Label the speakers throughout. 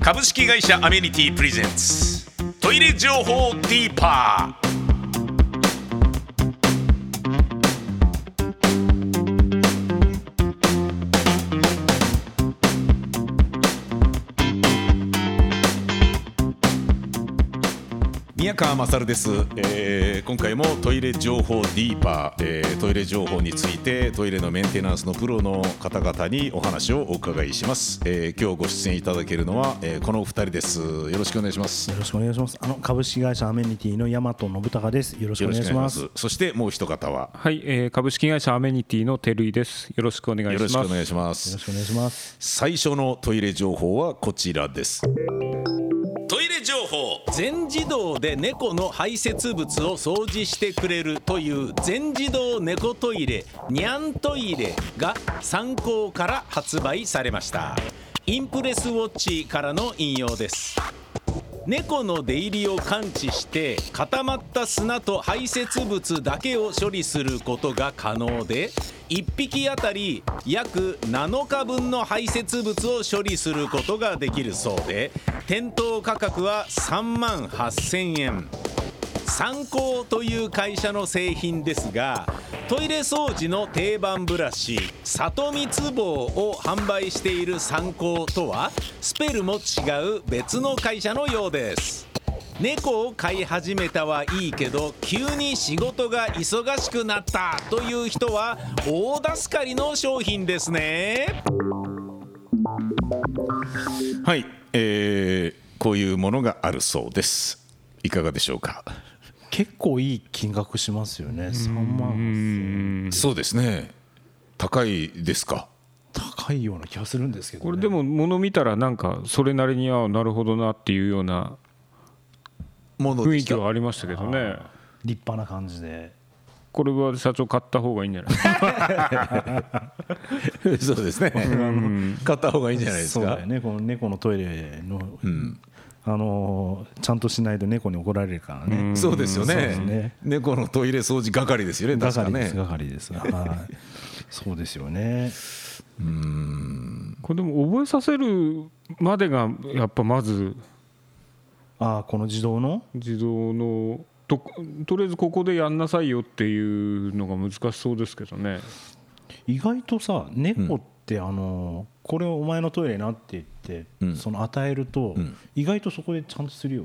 Speaker 1: 株式会社アメニティプレゼンツトイレ情報ディーパー宮川勝です、えー今回もトイレ情報ディーパー、えートイレ情報についてトイレのメンテナンスのプロの方々にお話をお伺いします、えー今日ご出演いただけるのは、えーこのお二人ですよろしくお願いします
Speaker 2: よろしくお願いします。あの株式会社アメニティの大和信孝です。よろしくお願いします。
Speaker 1: よろくお願いしそしてもう一方は
Speaker 3: はい、えー株式会社アメニティの照井です。よろしくお願
Speaker 1: よ
Speaker 3: いし
Speaker 1: ろ
Speaker 3: ま
Speaker 1: し
Speaker 3: す。
Speaker 1: くお願いしま
Speaker 2: よろ
Speaker 1: す
Speaker 2: しくお願いします。
Speaker 1: 最初のトイレ情報はこちらですトイレ情報
Speaker 4: 全自動で猫の排泄物を掃除してくれるという全自動猫トイレニャントイレが参考から発売されましたインプレスウォッチからの引用です猫の出入りを感知して固まった砂と排泄物だけを処理することが可能で1匹あたり約7日分の排泄物を処理することができるそうで店頭価格は3万8000円参考という会社の製品ですがトイレ掃除の定番ブラシ里見つぼうを販売している参考とはスペルも違う別の会社のようです猫を飼い始めたはいいけど急に仕事が忙しくなったという人は大助かりの商品ですね
Speaker 1: はい、えーこういうものがあるそうですいかがでしょうか、
Speaker 2: 結構いい金額しますよね。三万
Speaker 1: そうですね高いですか
Speaker 2: 高いような気がするんですけど、ね。
Speaker 3: これでも物見たらなんかそれなりにああなるほどなっていうような
Speaker 1: もの
Speaker 3: 雰
Speaker 1: で
Speaker 3: 囲
Speaker 1: し
Speaker 3: 気
Speaker 1: た
Speaker 3: はありましたけどね。
Speaker 2: 立派な感じで。
Speaker 3: これは社長買った方がいいんじゃないですか。
Speaker 1: そうですね買った方がいいんじゃないです
Speaker 2: そう
Speaker 1: か
Speaker 2: だよね。この猫のトイレの、あのーちゃんとしないと猫に怒られるからね。
Speaker 1: そうですよね
Speaker 2: ですね
Speaker 1: 猫のトイレ掃除係ですよね確か
Speaker 2: 係で
Speaker 1: ね
Speaker 2: す。係です。はい。そうですよね。
Speaker 3: これでも覚えさせるまでがやっぱまず
Speaker 2: ああこの自動の。
Speaker 3: 自動のととりあえずここでやんなさいよっていうのが難しそうですけどね。
Speaker 2: 意外とさ猫ってあのこれをお前のトイレなって言って、
Speaker 1: うん
Speaker 2: その与えると、
Speaker 1: ん
Speaker 2: 意外とそこでちゃんとするよ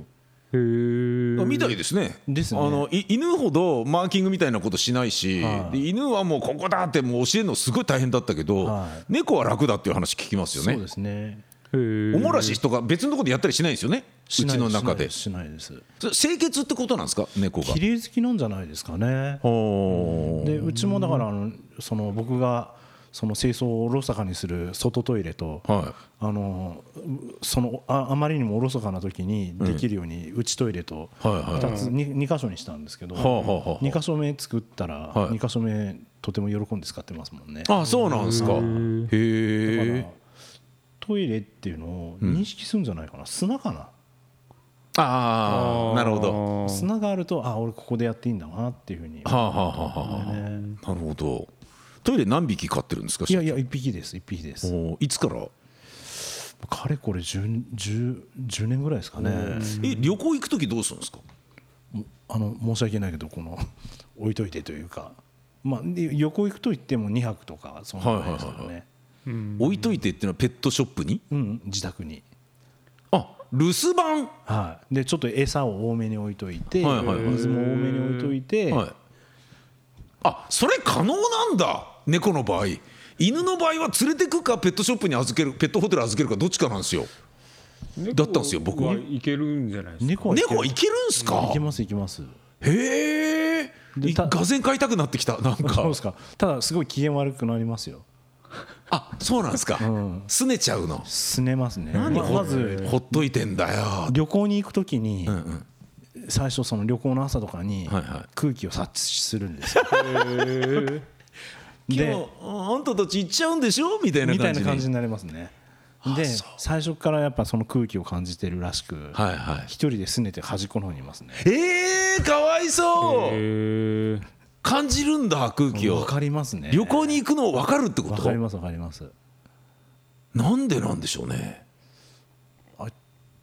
Speaker 3: へえ。
Speaker 1: みたいですね
Speaker 2: ですね
Speaker 1: あのい犬ほどマーキングみたいなことしないし、
Speaker 2: はい
Speaker 1: で犬はもうここだってもう教えるのすごい大変だったけど、
Speaker 2: はい
Speaker 1: 猫は楽だっていう話聞きますよ
Speaker 2: そう
Speaker 1: ね
Speaker 2: ですね
Speaker 1: お
Speaker 3: お
Speaker 1: もらしとか別のところでやったりしないんですよねう
Speaker 2: しな
Speaker 1: ち
Speaker 2: い
Speaker 1: の中で
Speaker 2: しないですしないで
Speaker 1: それ清潔ってことなんですか猫が
Speaker 2: す綺麗好きなんじゃないですかね
Speaker 1: お
Speaker 2: でうちもだからあのその僕がその清掃をおろそかにする外トイレと、
Speaker 1: は
Speaker 2: あのうそのああまりにもおろそかな時にできるように内トイレと
Speaker 1: はいはい
Speaker 2: 2つ 2, 箇所にしたんですけど、
Speaker 1: はあはあはあ
Speaker 2: 2箇所目作ったら
Speaker 1: はい
Speaker 2: 2箇所目とても喜んで使ってますもんね、
Speaker 1: いあそうなんですか
Speaker 2: だから
Speaker 1: へえ
Speaker 2: トイレっていうのを認識するんじゃないかな、砂かな
Speaker 1: ああなるほど
Speaker 3: ど
Speaker 2: 砂があるとあ俺ここでやっていいんだなっていうふうに、
Speaker 1: はあはあはあはあ
Speaker 2: ね
Speaker 1: なるほどトイレ何匹飼ってるんですか
Speaker 2: いやいや1匹です1匹です
Speaker 1: おーいつから
Speaker 2: かれこれ 10, 10, 10年ぐらいですかね
Speaker 1: え旅行行く時どうするんですか
Speaker 2: あの申し訳ないけどこの置いといてというかまあで横行くと言っても2泊とかそんなぐらいですけどね、
Speaker 1: はいはい置いといてっていうのはペットショップに
Speaker 2: うん自宅に
Speaker 1: あ留守番
Speaker 2: はいでちょっと餌を多めに置いといて、
Speaker 1: はいはいはい
Speaker 2: 水も多めに置いといて、
Speaker 1: はいあそれ可能なんだ猫の場合犬の場合は連れてくかペットショップに預けるペットホテル預けるかどっちかなんですよだったんですよ僕は
Speaker 3: はいけるんじゃないですか。
Speaker 2: 猫はいけ
Speaker 1: 猫はいけるんすか
Speaker 2: いけますいけます
Speaker 1: へえ
Speaker 2: でた
Speaker 1: がぜん飼いたくなってきたなん
Speaker 2: そう
Speaker 1: か
Speaker 2: ですかただすごい機嫌悪くなりますよ
Speaker 1: あそうなんですか、拗ねちゃうの
Speaker 2: すねますねままず
Speaker 1: ほっといてんだよ
Speaker 2: 旅行に行くときに、
Speaker 1: んうん
Speaker 2: 最初その旅行の朝とかに
Speaker 1: はいはい
Speaker 2: 空気を察知するんですよ、
Speaker 1: 今
Speaker 2: で
Speaker 1: 日ああんたたち行っちゃうんでしょみたいな
Speaker 2: みたい
Speaker 1: 感
Speaker 2: な
Speaker 1: じに
Speaker 2: 感じになりますねで
Speaker 1: そう
Speaker 2: 最初からやっぱその空気を感じてるらしく、
Speaker 1: はいはい
Speaker 2: 一人で拗ねて端っこの方にいますね
Speaker 1: えー、かわいそう、
Speaker 3: へえ。
Speaker 1: 感じるんだ空気を
Speaker 2: わかりますね
Speaker 1: 旅行に行くの分かるってこ
Speaker 2: わ
Speaker 1: と
Speaker 2: かりますわかります
Speaker 1: なんでなんでしょうね
Speaker 2: あ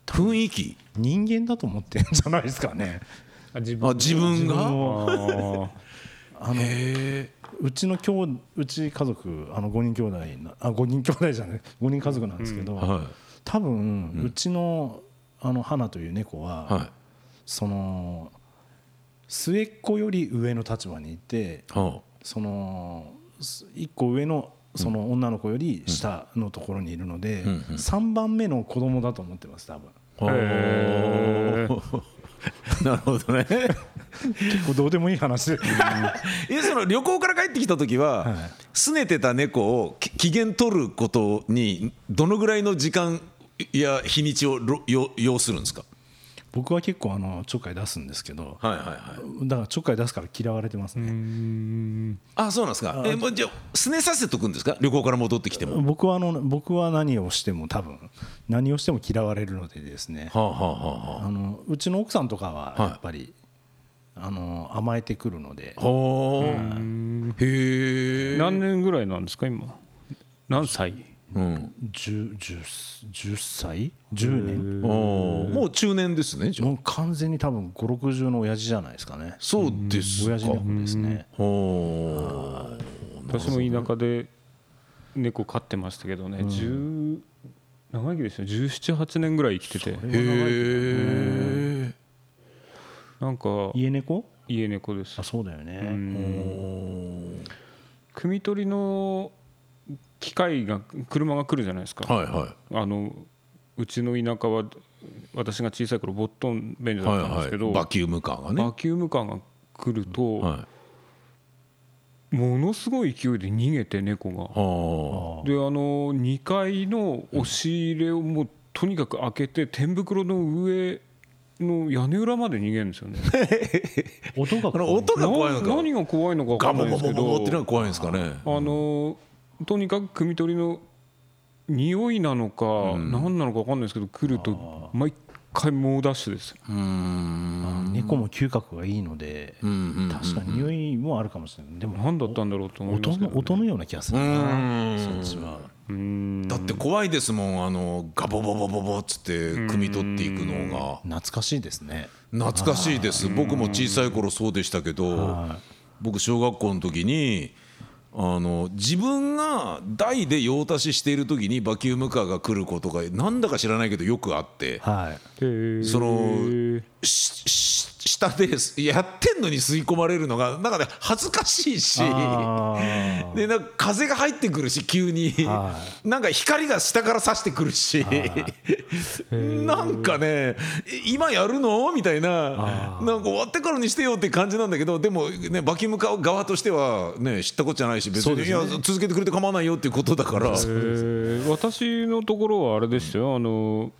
Speaker 1: 雰囲気
Speaker 2: 人間だと思ってんじゃないですかね
Speaker 3: あ自分
Speaker 1: あ自分
Speaker 2: 自分
Speaker 1: が
Speaker 2: を
Speaker 3: あ
Speaker 1: へ
Speaker 2: うちの兄弟うち家族あの5人兄弟なあ5人兄弟じゃない5人家 族なんですけど、
Speaker 1: えは
Speaker 2: 多分うちのあの花という猫は、
Speaker 1: いはい
Speaker 2: その末っ子より上の立場にいて
Speaker 1: は
Speaker 2: そのす一個上のその女の子より下のところにいるので、
Speaker 1: うんうん
Speaker 2: 3番目の子供だと思ってます多分
Speaker 1: あ
Speaker 3: へえ
Speaker 1: はあなるほどね
Speaker 2: 結構どうでもいい話で
Speaker 1: えその旅行から帰ってきた時は、
Speaker 2: はい
Speaker 1: 拗ねてた猫をき機嫌取ることにどのぐらいの時間いや日にちをろよ要するんですか
Speaker 2: 僕は結構あのちょっかい出すんですけど
Speaker 1: はいはいはい
Speaker 2: だからちょっかい出すから嫌われてますね、
Speaker 1: あそうなんですかえもうじゃあ拗ねさせとくんですか旅行から戻ってきても
Speaker 2: 僕はあの僕は何をしても多分何をしても嫌われるのでですね
Speaker 1: はあはあはあはあ
Speaker 2: あのうちの奥さんとかは
Speaker 1: はい
Speaker 2: やっぱり、あの甘えてくるので
Speaker 1: はあへえ
Speaker 3: 何年ぐらいなんですか今何歳
Speaker 1: うん、
Speaker 2: 10, 10, 10歳10年
Speaker 1: おーもう中年ですねじゃあ
Speaker 2: もう完全に多分560の親父じゃないですかね
Speaker 1: そうです
Speaker 2: 親
Speaker 1: か
Speaker 2: 父猫ですね
Speaker 1: はあ
Speaker 3: 私も田舎で猫飼ってましたけどね、10長生きですよ1718年ぐらい生きてて
Speaker 1: へえ
Speaker 3: なんか
Speaker 2: 家猫
Speaker 3: 家猫です
Speaker 2: あそうだよね、
Speaker 3: 汲み取りの機械が車が来るじゃないですか、
Speaker 1: はいはい
Speaker 3: あのうちの田舎は私が小さい頃ボットン便所だったんですけど、
Speaker 1: バキュームカーがね
Speaker 3: バキュームカーが来ると、
Speaker 1: はいは
Speaker 3: ものすごい勢いで逃げて猫が、
Speaker 1: あ
Speaker 3: であの2階の押し入れをもうとにかく開けて天袋の上の屋根裏まで逃げるんですよね
Speaker 2: 音が
Speaker 1: あ
Speaker 2: 怖
Speaker 1: の
Speaker 2: い
Speaker 1: 音が怖いのか
Speaker 3: な何が怖いのか分か
Speaker 1: ガ
Speaker 3: んな
Speaker 1: ボ
Speaker 3: いで
Speaker 1: ガ
Speaker 3: す
Speaker 1: ボ
Speaker 3: け
Speaker 1: ガボっての
Speaker 3: ど
Speaker 1: が怖いんですかね
Speaker 3: あのとにかく汲み取りの匂いなのか、何なのか分かんないですけど来ると毎回猛ダッシュです
Speaker 1: うーん
Speaker 2: あ猫も嗅覚がいいので、
Speaker 1: うんうん
Speaker 2: 確かに匂いもあるかもしれないでも
Speaker 3: 何だったんだろうと思いま
Speaker 2: 音
Speaker 3: すけど、
Speaker 2: の音のような気がする
Speaker 1: うん
Speaker 2: なそっちは
Speaker 3: うん
Speaker 1: だって怖いですもんあのガボボボボボっつって汲み取っていくのが
Speaker 2: 懐かしいですね
Speaker 1: 懐かしいです僕も小さい頃そうでしたけど
Speaker 2: は
Speaker 1: 僕小学校の時にあの自分が台で用足ししている時にバキュームカーが来ることがなんだか知らないけどよくあって
Speaker 2: い、はい
Speaker 1: そ
Speaker 3: そ
Speaker 1: のしし下でやってんのに吸い込まれるのがなんかね恥ずかしいし
Speaker 2: あー
Speaker 1: でなんか風が入ってくるし急に
Speaker 2: は
Speaker 1: なんか光が下から差してくるしなんかね今やるのみたいななんか終わってからにしてよって感じなんだけどでもねバキ向かう側としてはね知ったことじゃないし別
Speaker 2: そう
Speaker 1: に、
Speaker 2: で
Speaker 1: い
Speaker 2: すね
Speaker 1: や続けてくれて構わないよっていうことだから。
Speaker 3: えー私のところはあれですよ、あの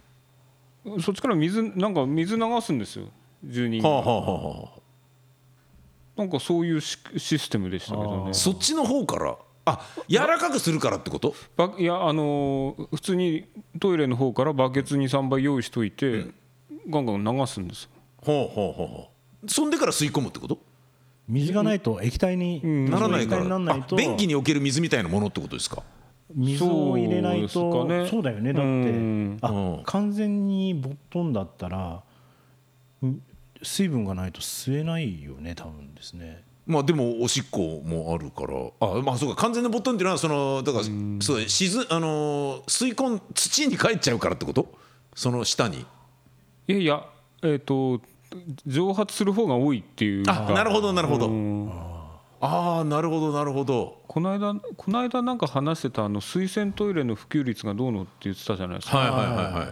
Speaker 3: そっちから水なんか水流すんですよ住人が
Speaker 1: はあはあはあはあ
Speaker 3: なんかそういうシシステムでしたけどね
Speaker 1: そっちの方からあ柔らかくするからってこと
Speaker 3: ばいやあの普通にトイレの方からバケツに3杯用意しといて、ガンガン流すんですよ
Speaker 1: ほうほうほうほうそんでから吸い込むってこと
Speaker 2: 水がないと液体に
Speaker 1: ならない
Speaker 2: 液
Speaker 1: か
Speaker 2: 体にな
Speaker 1: ら
Speaker 2: らない
Speaker 1: あ
Speaker 2: と
Speaker 1: 便器における水みたいなものってことですか
Speaker 2: 水を入れないと
Speaker 3: そうですか
Speaker 2: そ
Speaker 3: ね
Speaker 2: うだよねだ
Speaker 3: うん
Speaker 2: って
Speaker 1: う
Speaker 2: あ
Speaker 1: ん
Speaker 2: 完全にボットンだったらん水分がないと吸えないよね多分ですね
Speaker 1: まあでもおしっこもあるからあまあそうか完全なボットンっていうのはそのだからそうだ沈あのー吸い込ん土に帰っちゃうからってことその下に
Speaker 3: いやいやえっ、と蒸発する方が多いっていう
Speaker 1: あなるほどなるほど
Speaker 3: うん
Speaker 1: ああなるほどなるほど
Speaker 3: この間この間なんか話してたあの水洗トイレの普及率がどうのって言ってたじゃないですか、
Speaker 1: はいはいはいは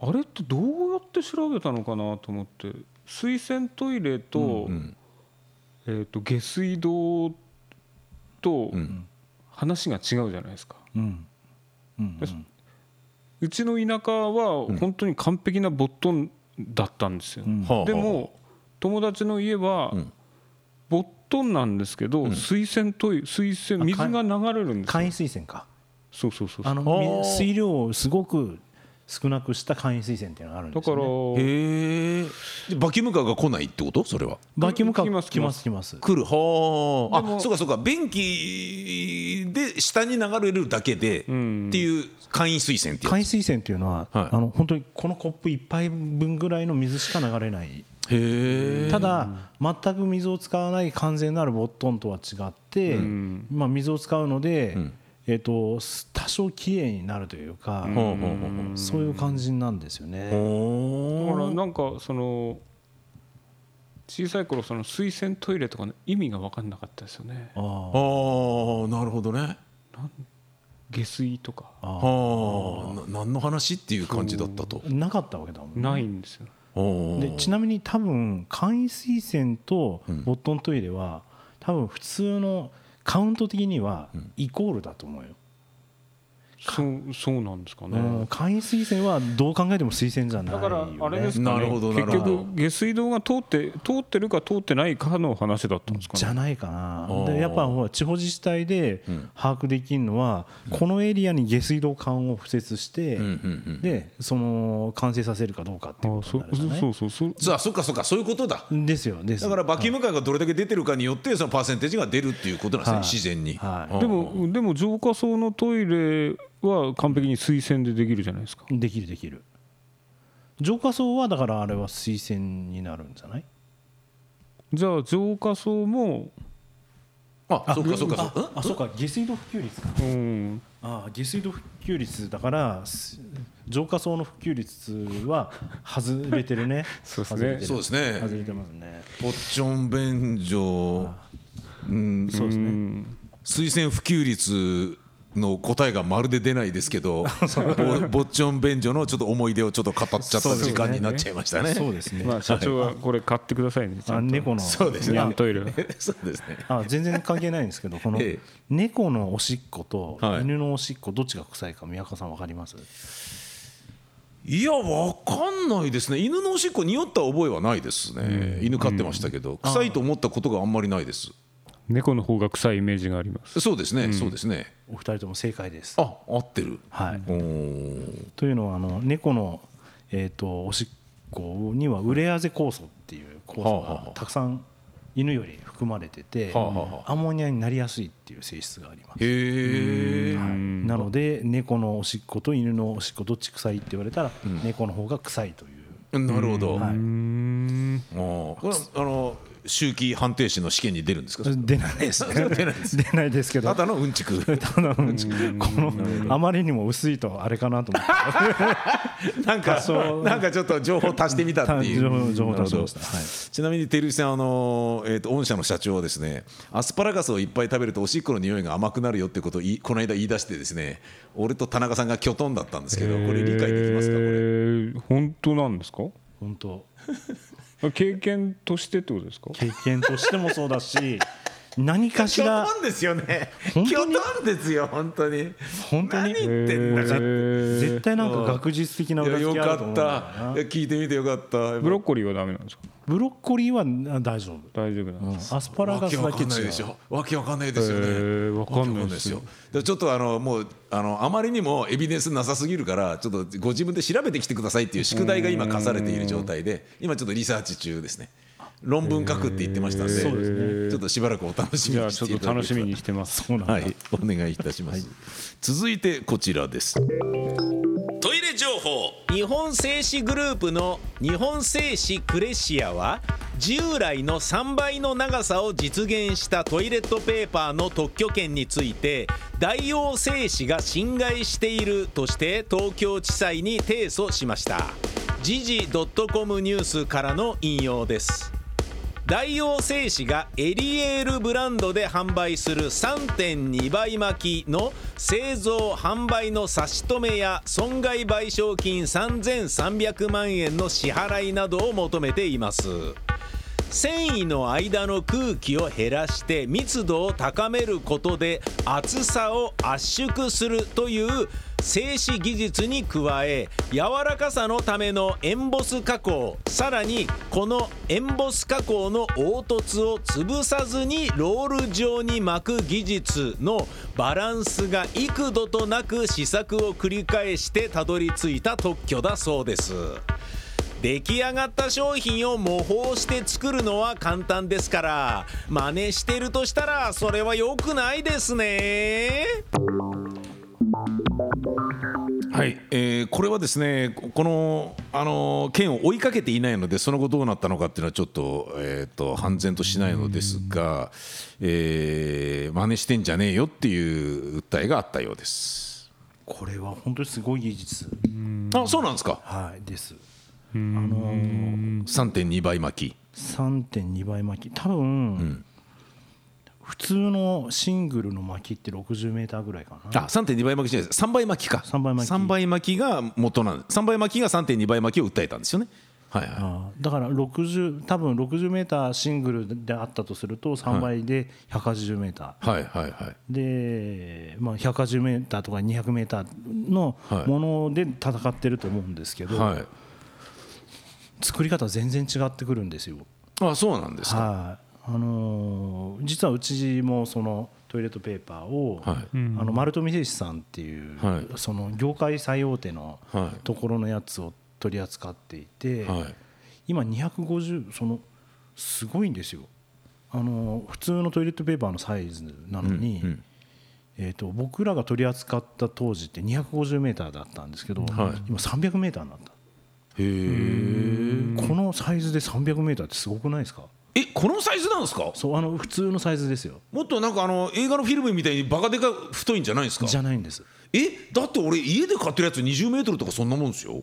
Speaker 3: あれってどうやって調べたのかなと思って水洗トイレと,、
Speaker 1: い、うん、
Speaker 3: えー、と下水道と
Speaker 1: ん
Speaker 3: 話が違うじゃないですか、
Speaker 2: うんうんうん
Speaker 3: うちの田舎は本当に完璧なボットンだったんですよ、
Speaker 2: ん
Speaker 1: はあ
Speaker 3: で
Speaker 1: は
Speaker 3: も友達の家は
Speaker 1: ん
Speaker 3: ボットンなんですけど、水洗トイレ水洗水が流れるんですよ
Speaker 2: 簡易水洗か
Speaker 3: そうそうそうそう
Speaker 2: あの水水量をすごく少なくした簡易水栓っていうのがあるんで
Speaker 3: だ
Speaker 2: す
Speaker 3: から
Speaker 2: よ、ね、
Speaker 1: へえバキュームカーが来ないってことそれは
Speaker 2: バキュームカー
Speaker 3: 来ます
Speaker 2: 来ます来ます
Speaker 1: 来るは
Speaker 3: で
Speaker 1: あ
Speaker 3: も
Speaker 1: あそうかそうか便器で下に流れるだけでって
Speaker 3: ん
Speaker 1: いう簡易水栓ってや
Speaker 2: 簡易水栓っていうのは、
Speaker 1: はい
Speaker 2: あの本当にこのコップ一杯分ぐらいの水しか流れない
Speaker 1: つへえ
Speaker 2: ただ全く水を使わない完全なるボットンとは違って、
Speaker 3: ん
Speaker 2: まあ、水を使うので、
Speaker 1: ん
Speaker 2: えっとす多少きれいになるというか、
Speaker 1: ほうほうほうほう
Speaker 2: そういう感じなんですよね。
Speaker 3: だ
Speaker 1: ほう
Speaker 3: からなんかその小さい頃その水洗トイレとかの意味が分かんなかったですよね
Speaker 2: あ
Speaker 1: ああなるほどね
Speaker 3: 下水とか
Speaker 2: ああ
Speaker 1: ああな何の話っていう感じだったと
Speaker 2: あなかったわけだもんね
Speaker 3: ないんですよ
Speaker 2: でち
Speaker 1: な
Speaker 2: なみに多分簡易水栓と
Speaker 1: ん
Speaker 2: ボットントイレは多分普通のカウント的にはイコールだと思うよ、
Speaker 3: そうそうなんですかね、
Speaker 2: うん簡易水栓はどう考えても水栓じゃない
Speaker 3: だ
Speaker 2: よ、ね、
Speaker 3: からあれですか
Speaker 1: なる
Speaker 3: ね
Speaker 1: ほどな
Speaker 3: 結
Speaker 1: るほど
Speaker 3: 局下水道が通って通ってるか通ってないかの話だったんですか
Speaker 2: じゃ
Speaker 3: ね
Speaker 2: ないかな
Speaker 1: あー
Speaker 2: でやっぱほら地方自治体で
Speaker 1: うん
Speaker 2: 把握できるのは、このエリアに下水道管を敷設して、
Speaker 1: うんうんうん
Speaker 2: でその完成させるかどうかって
Speaker 3: あ
Speaker 2: いうこ
Speaker 3: あ
Speaker 2: と
Speaker 3: そ
Speaker 2: になるんだね
Speaker 3: そうそうそう
Speaker 1: そうあそっかそっかそういうことだ
Speaker 2: ですよです
Speaker 1: だ
Speaker 2: よ
Speaker 1: からバキュームカーがどれだけ出てるかによってそのパーセンテージが出るっていうことなんですね、
Speaker 2: はい
Speaker 1: 自然に、
Speaker 2: はい
Speaker 1: うん
Speaker 3: でもでも浄化槽のトイレは完璧に水洗でできるじゃないですか
Speaker 2: できるできる浄化槽はだからあれは水栓になるんじゃない
Speaker 3: じゃあ浄化槽も
Speaker 1: あそっかそっかそっ
Speaker 2: あ
Speaker 1: か
Speaker 2: あそうか下水道普及率か
Speaker 3: うん
Speaker 2: ああ下水道普及率だからす浄化槽の普及率は外れてるね
Speaker 3: そうです
Speaker 2: 外
Speaker 3: ね
Speaker 2: れてる
Speaker 1: そうですね
Speaker 2: 外れてますね
Speaker 1: ポッチョン便所うん
Speaker 2: そうですね、
Speaker 3: うん
Speaker 1: 推薦普及率の答えがまるで出ないですけ どぼ ぼっちょん便所のちょっと思い出をちょっと語っちゃった時間になっちゃいましたね。
Speaker 2: そうですね、
Speaker 3: まあ社長はこれ買ってくださいねちゃ
Speaker 2: あ
Speaker 3: んと
Speaker 2: 猫の
Speaker 1: そうですね
Speaker 3: ニャントイレ
Speaker 1: そうですね。
Speaker 2: あ全然関係ないんですけどこの
Speaker 1: ええ
Speaker 2: 猫のおしっこと
Speaker 1: はい
Speaker 2: 犬のおしっこどっちが臭いか宮川さん分かります
Speaker 1: いやわかんないですね。犬のおしっこ匂った覚えはないですね。犬飼ってましたけど、臭いと思ったことがあんまりないです。
Speaker 3: 猫の方が臭いイメージがあります
Speaker 1: そうですね。そうですね。
Speaker 2: お二人とも正解です
Speaker 1: あ合ってる。
Speaker 2: はい
Speaker 1: おー
Speaker 2: というのはあの猫の、えー、とおしっこにはウレアゼ酵素っていう酵素
Speaker 1: はあはあ
Speaker 2: がたくさん犬より含まれてて
Speaker 1: はあは
Speaker 2: アンモニアになりやすいっていう性質があります。
Speaker 1: へえ。
Speaker 3: うん
Speaker 2: なので猫のおしっこと犬のおしっこどっち臭いって言われたら猫の方が臭いという、
Speaker 1: なるほど。
Speaker 2: はいう
Speaker 3: ーん
Speaker 1: もうこれはあの周期判定士の試験に出るんですか。
Speaker 2: 出ないです ね出ないですけど
Speaker 1: ただのうんちく。
Speaker 2: ただのうちこのあまりにも薄いとあれかなと思って
Speaker 1: なんか
Speaker 2: そう
Speaker 1: なんかちょっと情報足してみたっていう。
Speaker 2: 情報情報足しました
Speaker 1: なるほど
Speaker 2: はい
Speaker 1: ちなみに照井さんあのえっ、と御社の社長はですね、アスパラガスをいっぱい食べるとおしっこの匂いが甘くなるよってことをいこの間言い出してですね、俺と田中さんがキョトンだったんですけど、これ理解できますかこれ。
Speaker 3: えー本当なんですか
Speaker 2: 本当
Speaker 3: 経験としてってことですか
Speaker 2: 経験としてもそうだ し何か
Speaker 1: キ
Speaker 2: し
Speaker 1: ョ
Speaker 2: ら
Speaker 1: トンですよね。キ
Speaker 2: 本
Speaker 1: ョ
Speaker 2: 当に
Speaker 1: トンですよ本当に。
Speaker 2: 本当に
Speaker 1: 何言ってんだか。
Speaker 2: 絶対なんか学術的な
Speaker 1: いや
Speaker 2: 裏付
Speaker 1: よ
Speaker 2: けあ
Speaker 1: か
Speaker 2: ると思
Speaker 1: っ
Speaker 2: うん
Speaker 1: た
Speaker 2: だよない
Speaker 1: や聞いてみてよかった
Speaker 3: ブロッコリーはダメなんですか
Speaker 2: ブロッコリーはな大丈夫、
Speaker 3: 大丈夫なん
Speaker 2: う
Speaker 3: で
Speaker 2: んア
Speaker 3: す
Speaker 2: スパラガスだ
Speaker 1: わ
Speaker 2: け
Speaker 1: けわかんない
Speaker 2: 違う
Speaker 1: でしょわけわかんないですよね、
Speaker 3: えーわかんないですよ
Speaker 1: わけわかんないですよでちょっとあのもうあのあまりにもエビデンスなさすぎるからちょっとご自分で調べてきてくださいっていう宿題が今課されている状態で今ちょっとリサーチ中ですね論文書くって言ってましたんで,、
Speaker 2: そうです
Speaker 3: ね
Speaker 1: ちょっとしばらくお楽しみ
Speaker 3: じゃあ
Speaker 1: に
Speaker 3: ち
Speaker 1: し
Speaker 3: ょって
Speaker 1: い
Speaker 3: と
Speaker 1: ただ
Speaker 3: 楽
Speaker 1: け
Speaker 3: し
Speaker 1: れば
Speaker 3: みにしてますそう
Speaker 1: はい、お願いいたします、続いてこちらです
Speaker 4: トイレ情報日本製紙グループの日本製紙クレシアは従来の3倍の長さを実現したトイレットペーパーの特許権について大王製紙が侵害しているとして東京地裁に提訴しました時事 .com ニュースからの引用です大王製紙がエリエールブランドで販売する3.2倍巻きの製造販売の差し止めや損害賠償金3300万円の支払いなどを求めています繊維の間の空気を減らして密度を高めることで厚さを圧縮するという静止技術に加え柔らかさのためのエンボス加工さらにこのエンボス加工の凹凸を潰さずにロール状に巻く技術のバランスが幾度となく試作を繰り返してたどり着いた特許だそうです。出来上がった商品を模倣して作るのは簡単ですから真似してるとしたらそれは良くないですね
Speaker 1: はい、えーこれはですね、ここの、あのー件を追いかけていないので、その後どうなったのかっていうのは、ちょっと、えー、と判然としないのですが、えー真似してんじゃねえよっていう訴えがあったようです。
Speaker 2: これは本当にすごい技術
Speaker 1: あそうなんですか、
Speaker 2: はいです
Speaker 1: 3.2倍巻き。
Speaker 2: 3.2倍巻き多分、普通のシングルの巻きって6 0ーぐらいかな
Speaker 1: あ、3.2倍巻きじゃないです。3倍巻きか。
Speaker 2: 3倍巻き
Speaker 1: 3倍巻きが元なんです。3倍巻きが3.2倍巻きを訴えたんですよね。はいはい。
Speaker 2: あーだから60多分6 0ーシングルであったとすると3倍で1 8 0ーター
Speaker 1: はいはいはい。
Speaker 2: で、まあ、180m とか 200m の
Speaker 1: はい
Speaker 2: もので戦ってると思うんですけど、
Speaker 1: はい。
Speaker 2: 作り方全然違ってくるんですよ。
Speaker 1: あ、そうなんですか。
Speaker 2: はいあのー実はうちもそのトイレットペーパーを、
Speaker 1: はい
Speaker 2: あの丸富製紙さんっていう、
Speaker 1: はい
Speaker 2: その業界最大手の
Speaker 1: はい
Speaker 2: ところのやつを取り扱っていて、
Speaker 1: はい
Speaker 2: 今250そのすごいんですよあの普通のトイレットペーパーのサイズなのに、
Speaker 1: うんうん
Speaker 2: えー、と僕らが取り扱った当時って250メーターだったんですけど、
Speaker 1: はい
Speaker 2: 今300メーターになった、
Speaker 1: へえ。
Speaker 2: このサイズで300メーターってすごくないですか
Speaker 1: え、このサイズなんですか。
Speaker 2: そうあの普通のサイズですよ
Speaker 1: もっとなんかあの映画のフィルムみたいにバカでかい太いんじゃないんですか
Speaker 2: じゃないんです
Speaker 1: えだって俺家で買ってるやつ20メートルとかそんなもんですよ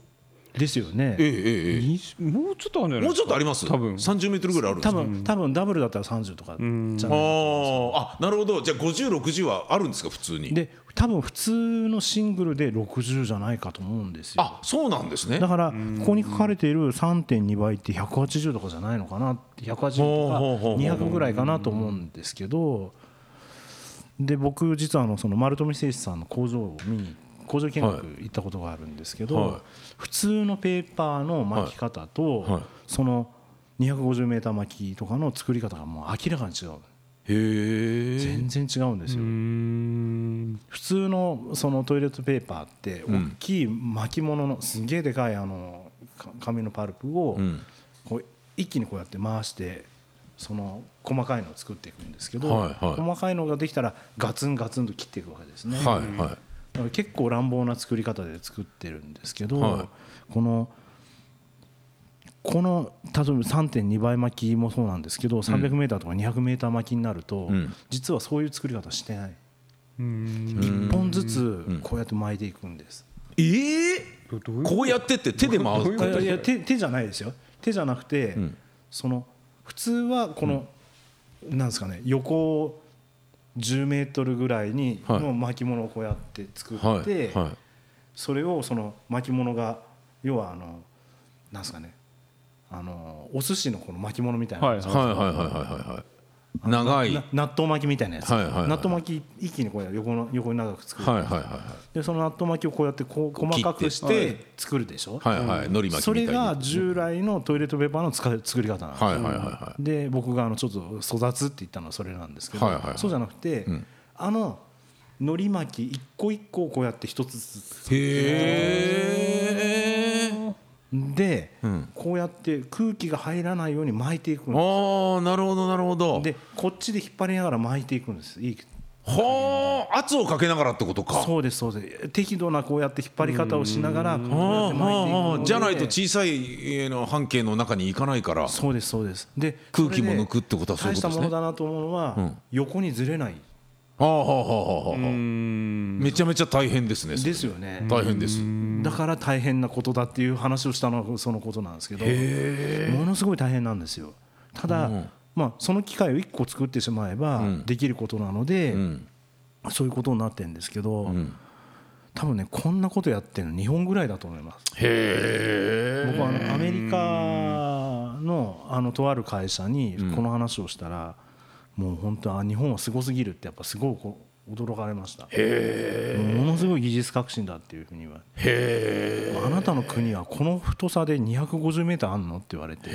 Speaker 2: ですよ
Speaker 1: ええ
Speaker 2: ね
Speaker 1: えええ
Speaker 3: にもうちょっとあるんじゃな
Speaker 1: え
Speaker 3: い
Speaker 1: も
Speaker 3: で
Speaker 1: うち
Speaker 3: す
Speaker 1: ょっとあります
Speaker 3: 多分
Speaker 1: 30メートルぐらいあるんで
Speaker 2: 多
Speaker 1: すか
Speaker 2: 分多分ダブルだったら30とかじゃ
Speaker 1: あ
Speaker 2: ない
Speaker 1: ーあなるほどじゃあ5060はあるんですか普通に
Speaker 2: で多分普通のシングルで60じゃないかと思うんですよ
Speaker 1: あそうなんですね
Speaker 2: だからここに書かれている3.2倍って180とかじゃないのかな180とか
Speaker 1: ほうほうほうほう
Speaker 2: 200ぐらいかなと思うんですけどで僕実はあのその丸富製紙さんの工場を見に工場見学行ったことがあるんですけど、
Speaker 1: はい
Speaker 2: 普通のペーパーの巻き方と、
Speaker 1: はいはい
Speaker 2: その 250m 巻きとかの作り方がもう明らかに違う
Speaker 1: へえ
Speaker 2: 全然違うんですよ
Speaker 3: うーん
Speaker 2: 普通のそのトイレットペーパーって
Speaker 1: ん
Speaker 2: 大きい巻物のすげえでかいあのか紙のパルプを
Speaker 1: うん
Speaker 2: こう一気にこうやって回してその細かいのを作っていくんですけど、
Speaker 1: はいはい
Speaker 2: 細かいのができたらガツンガツンと切っていくわけですね、
Speaker 1: はいは
Speaker 2: だから結構乱暴な作り方で作ってるんですけど、
Speaker 1: は
Speaker 2: このこの例えば3.2倍巻きもそうなんですけど 300m とか 200m 巻きになると、
Speaker 1: うん
Speaker 2: 実はそういう作り方してない。
Speaker 3: うーん
Speaker 2: 一本ずつこうやって巻いていくんです。
Speaker 1: いええ
Speaker 3: どういう
Speaker 1: こうやってって手で回
Speaker 3: どういう
Speaker 1: す
Speaker 3: こ
Speaker 2: い
Speaker 3: と
Speaker 2: やいや手手じゃないですよ。手じゃなくて、
Speaker 1: ん
Speaker 2: その普通はこの、なんですかね横10メートルぐらいに
Speaker 1: はい
Speaker 2: の巻物をこうやって作って、
Speaker 1: はいはい
Speaker 2: それをその巻物が要はあのなんですかねあのお寿司のこの巻物みたいな、
Speaker 3: はいはい
Speaker 1: はいはいはいはいはい長いは
Speaker 2: ない納豆巻きみたいなやつ、
Speaker 1: はいはいはい
Speaker 2: 納豆巻き一気にこうやって横の横に長く作る、
Speaker 1: はいは
Speaker 2: でその納豆巻きをこうやってこう細かくし
Speaker 1: 切って
Speaker 2: 作るでしょ、
Speaker 1: いはいはいのり巻き
Speaker 2: それ
Speaker 1: みたいに
Speaker 2: が従来のトイレットペーパーの使い作り方なんですよ、
Speaker 1: はいはいはいは
Speaker 2: で僕があのちょっと育つって言ったのはそれなんですけど、
Speaker 1: はいはいはい
Speaker 2: そうじゃなくて、
Speaker 1: ん
Speaker 2: あののり巻き一個一個をこうやって一つずつ
Speaker 1: いへえ
Speaker 2: で、
Speaker 1: ん
Speaker 2: こうやって空気が入らないように巻いていくんで
Speaker 1: ああなるほどなるほど
Speaker 2: すでこっちで引っ張りながら巻いていくんですいい
Speaker 1: はあ圧をかけながらってことか
Speaker 2: そうですそうです適度なこうやって引っ張り方をしながらこうやっ
Speaker 1: あ
Speaker 2: て
Speaker 1: あ
Speaker 2: 巻いていく
Speaker 1: あ
Speaker 2: の
Speaker 1: あ
Speaker 2: で
Speaker 1: じゃないと小さいえーの半径の中に行かないから
Speaker 2: そうですそうですで
Speaker 1: 空気
Speaker 2: それで
Speaker 1: も抜くってことはそういう
Speaker 2: 大し
Speaker 1: ことです
Speaker 2: た
Speaker 1: ね
Speaker 2: ものだなと思うのは、
Speaker 1: うん
Speaker 2: 横にずれない
Speaker 1: ああはあはあはあはあめちゃめちゃ大変ですねそれ
Speaker 2: ですよね、
Speaker 1: 大変です
Speaker 2: だから大変なことだっていう話をしたのがそのことなんですけどものすごい大変なんですよただ、
Speaker 1: うん
Speaker 2: まあ、その機械を1個作ってしまえば
Speaker 1: ん
Speaker 2: できることなので、
Speaker 1: うん
Speaker 2: そういうことになってるんですけど、
Speaker 1: ん
Speaker 2: 多分ねこんなことやってるの日本ぐらいだと思います
Speaker 1: へえ
Speaker 2: 僕はあのアメリカのあのとある会社にこの話をしたら、もう本当あ日本はすごすぎるってやっぱすごいこう驚かれましたものすごい技術革新だっていうふうに言われてあなたの国はこの太さで 250m あんのって言われて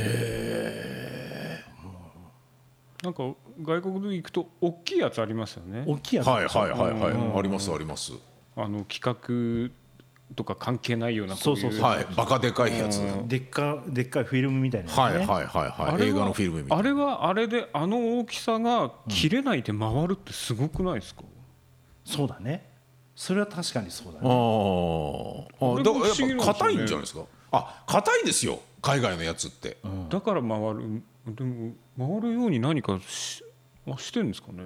Speaker 3: なんか外国に行くと大きいやつありますよね
Speaker 2: 大きいやつ
Speaker 1: はいはいはいはいありますあります
Speaker 3: あの企画とか関係ないようなこい
Speaker 2: そうそうそう
Speaker 1: はいバカでかいやつは
Speaker 2: でっかでっかいフィルムみたいな、ね
Speaker 1: いはいはい
Speaker 3: あ
Speaker 1: は
Speaker 3: れは
Speaker 1: い映画のフィルムみたい
Speaker 3: あ
Speaker 1: な
Speaker 3: れはあれであの大きさが切れないで回るってすごくないですか、
Speaker 2: そうだねそれは確かにそうだ
Speaker 1: あ
Speaker 2: ね
Speaker 1: ーあだからやっぱ硬いんじゃないですかあ硬いんですよ海外のやつって
Speaker 3: だから回るでも回るように何かしあしてるんですかね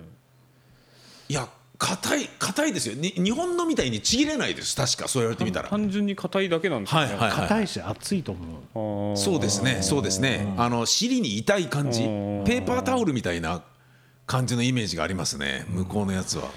Speaker 1: いや硬い硬いですよに日本のみたいにちぎれないです確かそう言われてみたら
Speaker 3: 単純に硬いだけなんですか
Speaker 1: は
Speaker 3: ね、
Speaker 1: いはいはい
Speaker 2: 硬いし熱いと思う
Speaker 3: あー
Speaker 1: そうですね、そうですね、あの尻に痛い感じ、
Speaker 3: う
Speaker 1: ペ
Speaker 3: ん
Speaker 1: ーパータオルみたいな感じのイメージがありますね、向こうのやつは。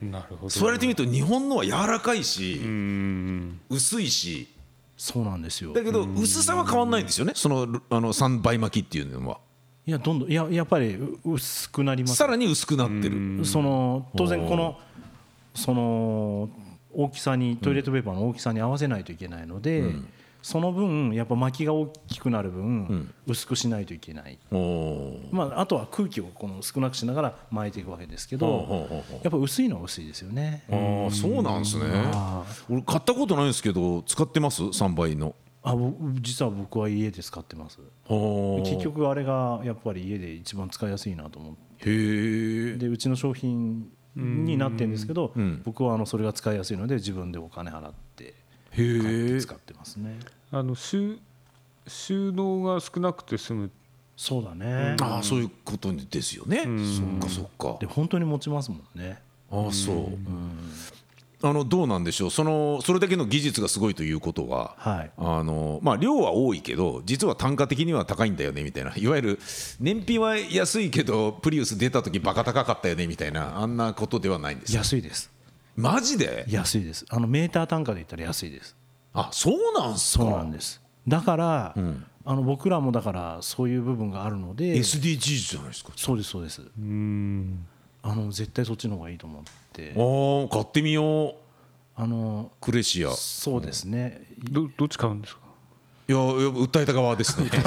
Speaker 3: なるほど
Speaker 1: そう言われてみると、日本のは柔らかいし
Speaker 3: う、ん
Speaker 1: 薄いし、
Speaker 2: そうなんですよ
Speaker 1: だけど、薄さは変わんないんですよね、そのあの3倍巻きっていうのは、
Speaker 2: いやどんどんいややっぱりう薄くなります
Speaker 1: さらに薄くなってる。
Speaker 2: その当然このその大きさにトイレットペーパーの大きさに合わせないといけないので、その分やっぱ巻きが大きくなる分薄くしないといけない、
Speaker 1: おー
Speaker 2: まあ、あとは空気をこの少なくしながら巻いていくわけですけ
Speaker 1: ほうほ
Speaker 2: ど
Speaker 1: うほうほう
Speaker 2: やっぱ薄いのは薄いですよね
Speaker 1: あーそうなんですね
Speaker 2: あ
Speaker 1: 俺買ったことないんですけど使ってます3倍の
Speaker 2: あぼ実は僕は家で使ってます結
Speaker 1: 結
Speaker 2: 局あれがやっぱり家で一番使いやすいなと思って
Speaker 1: へえ
Speaker 2: でうちの商品になってるんですけど、
Speaker 1: ん
Speaker 2: 僕はあのそれが使いやすいので自分でお金払って
Speaker 1: へえ
Speaker 2: 使ってますね、
Speaker 3: あの収収納が少なくて済む
Speaker 2: そうだね、
Speaker 1: ああそういうことですよねそっかそっか
Speaker 2: で本当に持ちますもんね
Speaker 1: ああそう、あのどうなんでしょうそのそれだけの技術がすごいということは、
Speaker 2: はい
Speaker 1: あのまあ、量は多いけど実は単価的には高いんだよねみたいない わゆる燃費は安いけどプリウス出た時バカ高かったよねみたいなあんなことではないんですよ
Speaker 2: 安いです
Speaker 1: マジで
Speaker 2: 安いですあのメーター単価で言ったら安いです
Speaker 1: あそうなんすか
Speaker 2: そうなんですだから、あの僕らもだからそういう部分があるので
Speaker 1: SDGs じゃないですか
Speaker 2: そうですそうです
Speaker 3: うん
Speaker 2: あの絶対そっちの方がいいと思って
Speaker 1: ああ買ってみよう
Speaker 2: あの
Speaker 1: クレシアい
Speaker 2: そうですね、
Speaker 3: どどっち買うんですか
Speaker 1: やいや訴えた側ですね 訴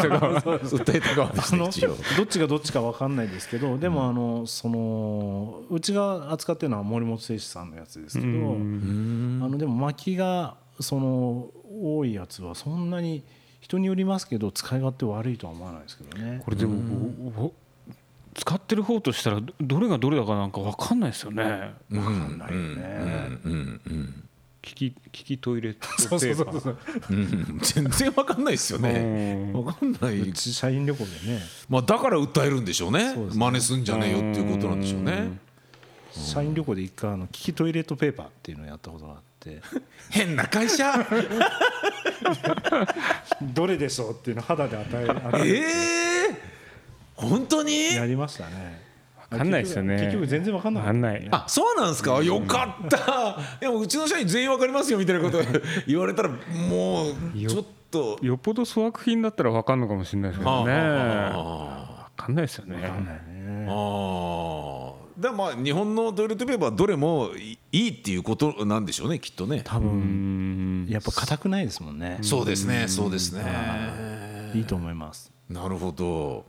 Speaker 1: えた側です
Speaker 2: あ
Speaker 1: ね
Speaker 2: の
Speaker 1: 一応
Speaker 2: どっちがどっちか分かんないですけどでもあのそのうちが扱ってるのは森本誠司さんのやつですけどあのでも薪がその多いやつはそんなに人によりますけど使い勝手悪いとは思わないですけどね
Speaker 3: これでもおお使ってる方としたらどどれがどれだかなんか分かんないですよね
Speaker 2: 分かんないよね
Speaker 3: 聞き聞きトイレット
Speaker 2: そうそうそうそう
Speaker 1: うん全然わかんないですよねわかんないう
Speaker 2: ち社員旅行でね
Speaker 1: まあ、だから訴えるんでしょうね
Speaker 2: そうですね
Speaker 1: 真似すんじゃねえよっていうことなんでしょうね
Speaker 2: 社員旅行で一回あの利きトイレットペーパーっていうのをやったことがあって
Speaker 1: 変な会社
Speaker 2: どれでしょうっていうのを肌で与え与え
Speaker 1: ええ本当に
Speaker 2: やりましたね
Speaker 3: 分かんないですよね
Speaker 2: 結局結局全然分かんなかった
Speaker 3: 分かんない
Speaker 1: あそうなんですかよかったでもうちの社員全員わかりますよみたいなこと言われたらもうちょっと
Speaker 3: よっぽど粗悪品だったら分かんのかもしれないですけ
Speaker 1: あ
Speaker 3: どね分
Speaker 1: あ
Speaker 3: かんないですよね
Speaker 1: ああでまあ日本のトイレットペーパーはどれもいいいっていうことなんでしょうねきっとね
Speaker 2: 多
Speaker 3: う
Speaker 2: 分
Speaker 3: ん
Speaker 2: やっぱ硬くないですもんね。
Speaker 1: そうですねそうですね
Speaker 2: いいと思います。
Speaker 1: なるほど、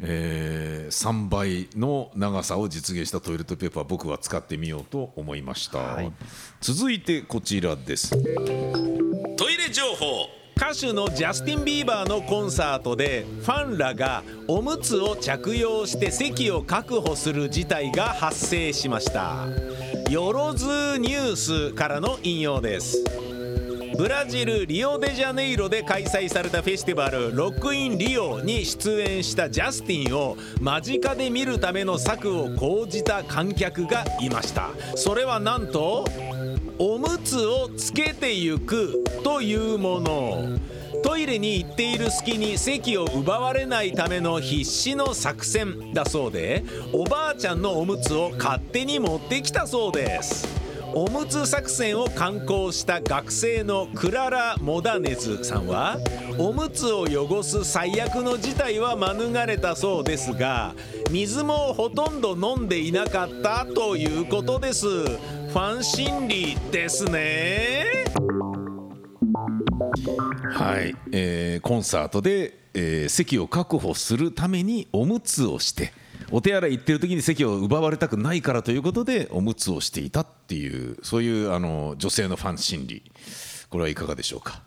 Speaker 1: えー、3倍の長さを実現したトイレットペーパー僕は使ってみようと思いました、
Speaker 2: はい
Speaker 1: 続いてこちらです
Speaker 4: トイレ情報歌手のジャスティン・ビーバーのコンサートでファンらがおむつを着用して席を確保する事態が発生しましたよろずニュースからの引用ですブラジル・リオデジャネイロで開催されたフェスティバル「ロックイン・リオ」に出演したジャスティンを間近で見るための策を講じた観客がいましたそれはなんとおむつをつけてゆくというものトイレに行っている隙に席を奪われないための必死の作戦だそうでおばあちゃんのおむつを勝手に持ってきたそうですおむつ作戦を刊行した学生のクララ・モダネズさんはおむつを汚す最悪の事態は免れたそうですが水もほとんど飲んでいなかったということですファン心理ですね
Speaker 1: はい、えーコンサートで、えー席を確保するためにおむつをしてお手洗い行ってる時に席を奪われたくないからということでおむつをしていたっていうそういうあの女性のファン心理これはいかがでしょうか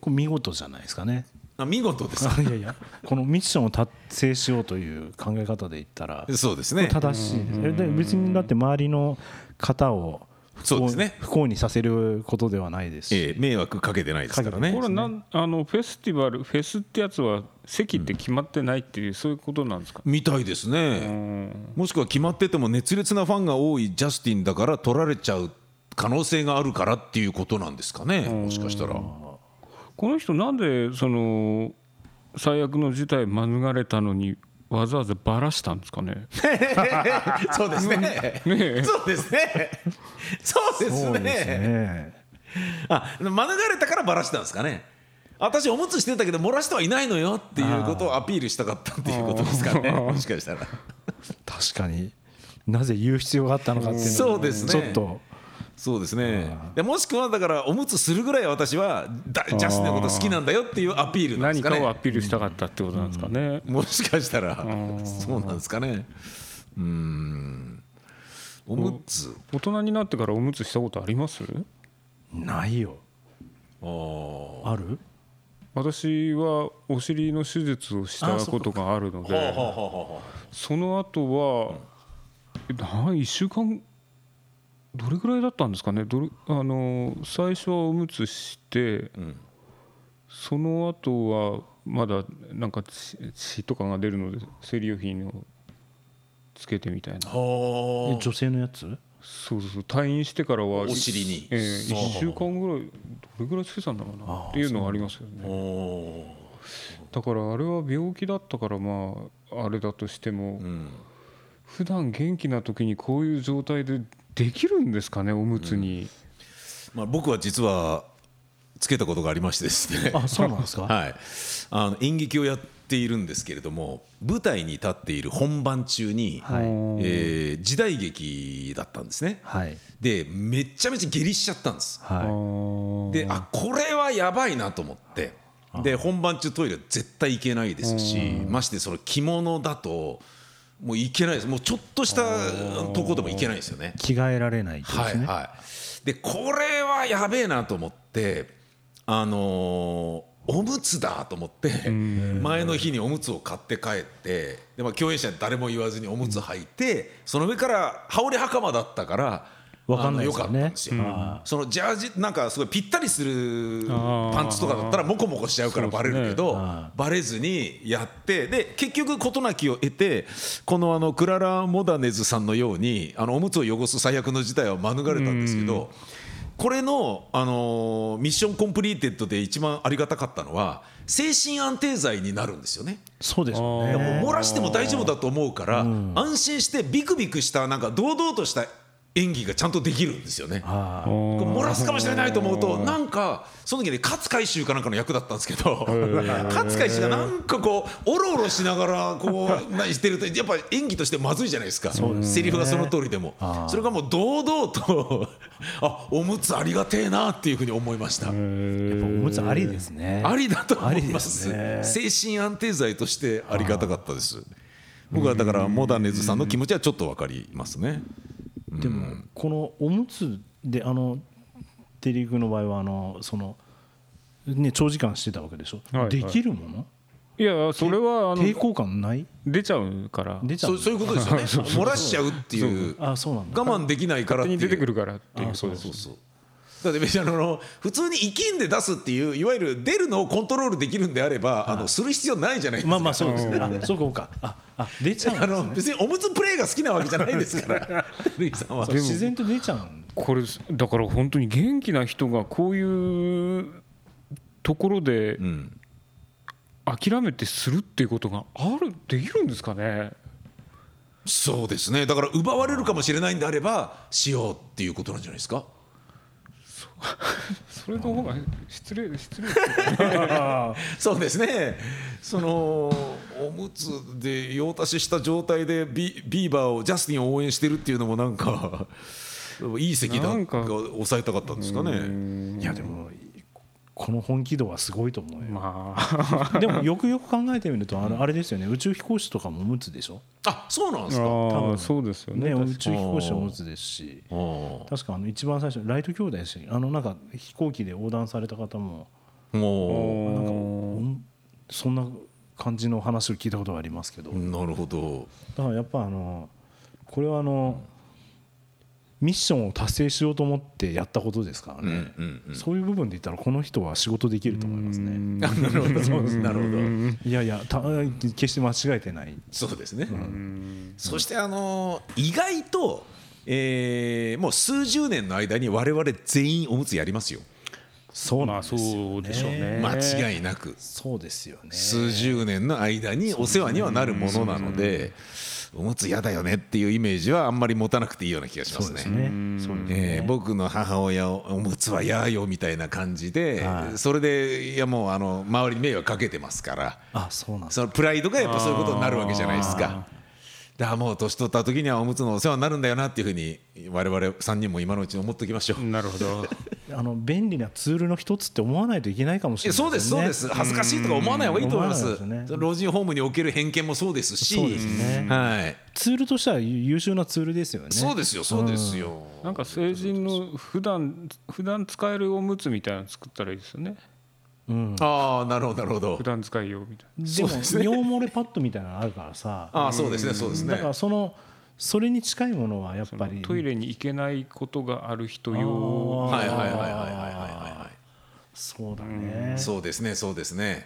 Speaker 2: これ見事じゃないですかね
Speaker 1: あ見事です
Speaker 2: いやいやこのミッションを達成しようという考え方で言ったら
Speaker 1: そうですね
Speaker 2: 正しいですえで別にだって周りの方を不
Speaker 1: そうで
Speaker 2: 幸,、
Speaker 1: すね
Speaker 2: 不幸にさせることではないですし、
Speaker 1: えー迷惑かけてないですから
Speaker 2: かけて
Speaker 1: ね
Speaker 2: な
Speaker 3: これなんあのフェスティバルフェスってやつは席って決まってないっていうそういうことなんですか、
Speaker 1: みたいですね
Speaker 3: うん
Speaker 1: もしくは決まってても熱烈なファンが多いジャスティンだから取られちゃう可能性があるからっていうことなんですかねもしかしたら
Speaker 3: この人なんでその最悪の事態免れたのにわざわざバラしたんですかね
Speaker 1: そうですね
Speaker 3: ねえ
Speaker 1: そうですね。そうで
Speaker 2: そ
Speaker 1: すね。
Speaker 2: うですね
Speaker 1: あ、免れたからバラしたんですかね。私おむつしてたけど漏らしてはいないのよっていうことをアピールしたかったっていうことですかね。もしかしたら。
Speaker 2: 確かになぜ言う必要があったのかっていうのは
Speaker 1: そうですね
Speaker 2: ちょっと
Speaker 1: そうですね。でもしくはだからおむつするぐらい私はだジャスティンのこと好きなんだよっていうアピールなんで
Speaker 3: 何
Speaker 1: すか
Speaker 3: かをア
Speaker 1: ね。
Speaker 3: ピールしたかったってことなんですかね、
Speaker 1: もしかしたらそうなんですかね。うーん。おむつ。
Speaker 3: 大人になってからおむつしたことあります
Speaker 2: ないよ
Speaker 1: あー
Speaker 2: ある
Speaker 3: 私はお尻の手術をしたことがあるので
Speaker 1: ほうほうほうほ
Speaker 3: その後は、えな1週間どれぐらいだったんですかねどれあの最初はおむつして、
Speaker 1: ん
Speaker 3: その後はまだなんか血血とかが出るので生理用品をつけてみたいな
Speaker 1: うほう
Speaker 2: え女性のやつ
Speaker 3: そうそうそう退院してからは
Speaker 1: お尻に
Speaker 3: ええ
Speaker 1: そう
Speaker 3: 1週間ぐらいどれぐらいつけたんだろうなっていうのはありますよね
Speaker 1: おー
Speaker 3: だからあれは病気だったからまああれだとしても、
Speaker 1: うん
Speaker 3: 普段元気な時にこういう状態でできるんですかねおむつに、
Speaker 1: まあ、僕は実はつけたことがありましてですね、
Speaker 2: あそうなんですか、
Speaker 1: はい、あの演劇をやっているんですけれども舞台に立っている本番中に、
Speaker 2: はい
Speaker 1: えー時代劇だったんですね
Speaker 2: はい
Speaker 1: でめちゃめちゃ下痢しちゃったんです
Speaker 3: あ
Speaker 2: は
Speaker 3: ー
Speaker 1: であこれはやばいなと思ってで本番中トイレ絶対行けないですしましてその着物だともう行けないですもうちょっとしたとこでも行けないですよね
Speaker 2: い着替えられないってことで
Speaker 1: は
Speaker 2: す
Speaker 1: い
Speaker 2: ね、
Speaker 1: はい、でこれはやべえなと思って、あのーおむつだと思って前の日におむつを買って帰ってで、まあ、共演者に誰も言わずにおむつ履いてその上から羽織袴だったから。
Speaker 2: わかんないですよね
Speaker 1: あの良かったんですよそのジャージなんかすごいぴったりする
Speaker 3: あー
Speaker 1: パンツとかだったらモコモコしちゃうからバレるけど、
Speaker 2: そうですね
Speaker 1: バレずにやってで結局事なきを得てこのあのクララ・モダネズさんのようにあのおむつを汚す最悪の事態は免れたんですけどこれの、あのーミッションコンプリーテッドで一番ありがたかったのは精神安定剤になるんですよね。
Speaker 2: そうですよね
Speaker 3: あー
Speaker 1: もう漏らしても大丈夫だと思うから安心してビクビクしたなんか堂々とした演技がちゃんとできるんですよね。
Speaker 2: あー
Speaker 1: これ漏らすかもしれないと思うとなんかその時ね勝海舟かなんかの役だったんですけど勝海舟がなんかこうおろおろしながらこう何してるとやっぱ演技としてまずいじゃないですかセリフがその通りでもそれがもう堂々と あおむつありがてえなっていうふうに思いました。
Speaker 2: やっぱおむつありですね
Speaker 1: ありだと思いま
Speaker 2: あ
Speaker 1: す
Speaker 2: りです
Speaker 1: 精神安定剤としてありがたかったです僕はだからモダネズさんの気持ちはちょっと分かりますね
Speaker 2: でもこのおむつであのテリー君の場合はあのそのね長時間してたわけでしょ、
Speaker 3: はいはい
Speaker 2: できるも
Speaker 3: いやそれは
Speaker 2: の
Speaker 3: あの
Speaker 2: 抵抗感ない
Speaker 3: 出ちゃうから
Speaker 2: 出ちゃ
Speaker 1: そうう そういうことですよね漏らしちゃうっていう
Speaker 2: あそうなんだ
Speaker 1: 我慢できないからっ
Speaker 3: 勝手
Speaker 1: て
Speaker 3: に出て
Speaker 1: いう
Speaker 3: くるからっていうそうです
Speaker 1: そうそうだって別にあの普通に生きんで出すっていういわゆる出るのをコントロールできるんであればあのする必要ないじゃないですか
Speaker 2: まあまあそうですねあそうかそうかああ出ちゃうん
Speaker 1: あ
Speaker 2: です
Speaker 1: の
Speaker 2: ね
Speaker 1: 別におむつプレーが好きなわけじゃないですから テリーさんは
Speaker 2: そう自然と出ちゃうんだ
Speaker 3: これだから本当に元気な人がこういうところで
Speaker 1: うん
Speaker 3: 諦めてするっていうことがあるできるんですかね
Speaker 1: そうですねだから奪われるかもしれないんであればしようっていうことなんじゃないですか
Speaker 3: それの方が失礼失礼
Speaker 1: そうですねそのおむつで用足しした状態でビビーバーをジャスティンを応援してるっていうのもなんかいい席だ
Speaker 3: なんか
Speaker 1: 抑えたかったんですかね
Speaker 2: いやでもこの本気度はすごいと思うよ、
Speaker 3: ま あ
Speaker 2: でもよくよく考えてみるとあのあれですよね宇宙飛行士とかもおむつでしょ、
Speaker 1: あそうなんですか
Speaker 3: ああそうですよ
Speaker 2: ね、
Speaker 3: ね確か
Speaker 2: 宇宙飛行士はおむつですし
Speaker 1: あー
Speaker 2: 確かあの一番最初ライト兄弟でしたっけあのなんか飛行機で横断された方も
Speaker 1: も
Speaker 2: う
Speaker 3: おー
Speaker 2: んそんな感じの話を聞いたことがありますけど、
Speaker 1: うなるほど
Speaker 2: だからやっぱあのこれはあの、ミッションを達成しようと思ってやったことですから
Speaker 1: うんう
Speaker 2: ね、
Speaker 1: んうん
Speaker 2: そういう部分で言ったらこの人は仕事できると思いますね、
Speaker 1: あ なるほどそうですなるほど
Speaker 2: いやいやた決して間違えてない
Speaker 1: そうですね、そして、あのー意外と、えーもう数十年の間に我々全員おむつやりますよ、
Speaker 2: そう
Speaker 3: まあそうでしょうね
Speaker 1: 間違いなく
Speaker 2: そうですよね
Speaker 1: 数十年の間にお世話にはなるものなのでおむつ嫌だよねっていうイメージはあんまり持たなくていいような気がしま
Speaker 2: そ
Speaker 1: す
Speaker 2: う
Speaker 1: ね
Speaker 2: ですねそうですね
Speaker 1: えー僕の母親をおむつは嫌よみたいな感じで、
Speaker 2: はい
Speaker 1: それでいやもうあの周りに迷惑かけてますから
Speaker 2: あそうなんだ
Speaker 1: そのプライドがやっぱそういうことになるわけじゃないですか。だからもう年取った時にはおむつのお世話になるんだよなっていうふうに我々3人も今のうちに思っておきましょう。
Speaker 3: なるほ ど
Speaker 2: あの便利なツールの一つって思わないといけないかもしれ
Speaker 1: いや
Speaker 2: ない
Speaker 1: そうですそう
Speaker 2: ね
Speaker 1: です恥ずかしいとか思わない方がいいと思います
Speaker 2: 思わないですね
Speaker 1: 老人ホームにおける偏見もそうですし
Speaker 2: そうですね
Speaker 1: はい
Speaker 2: ツールとしては優秀なツールですよね
Speaker 1: そうですよそうですよ
Speaker 3: なんか成人の普段普段使えるおむつみたいなの作ったらいいですよね
Speaker 2: うん
Speaker 1: ああなるほどなるほど
Speaker 3: 普段使いようみたい
Speaker 2: でも
Speaker 1: そう
Speaker 2: 尿
Speaker 1: ですね
Speaker 2: 漏れパッドみたいなのあるからさ
Speaker 1: ああそうですねそうですね
Speaker 2: だからそのそれに近いものはやっぱり
Speaker 3: なトイレに行けないことがある人
Speaker 2: あ
Speaker 3: 用
Speaker 2: ー
Speaker 1: はいはいはいはいはいはいは
Speaker 2: そうだね
Speaker 1: いそうですねそうですね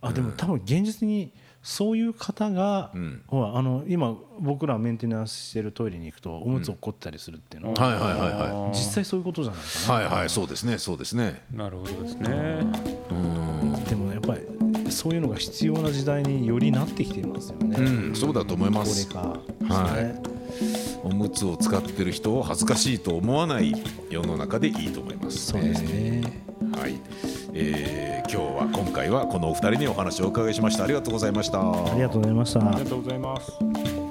Speaker 2: あでも多分現実にそういう方が、
Speaker 1: うん
Speaker 2: ほらあの今僕らメンテナンスしてるトイレに行くとおむつ落っこったりするっていうのは、
Speaker 1: はいはいはいは
Speaker 2: 実際そういうことじゃないか
Speaker 1: いはいはいそうですねそうですね
Speaker 3: なるほどですね
Speaker 2: な、でもねやっぱりそういうのが必要な時代によりなってきていますよね、
Speaker 1: うんそうだと思いま
Speaker 2: これ
Speaker 1: す
Speaker 2: か、
Speaker 1: はい
Speaker 2: ね
Speaker 1: おむつを使ってる人を恥ずかしいと思わない世の中でいいと思います、
Speaker 2: そうですね
Speaker 1: はい、えー今日は今回はこのお二人にお話をお伺いしましたありがとうございました
Speaker 2: ありがとうございました
Speaker 3: ありがとうございます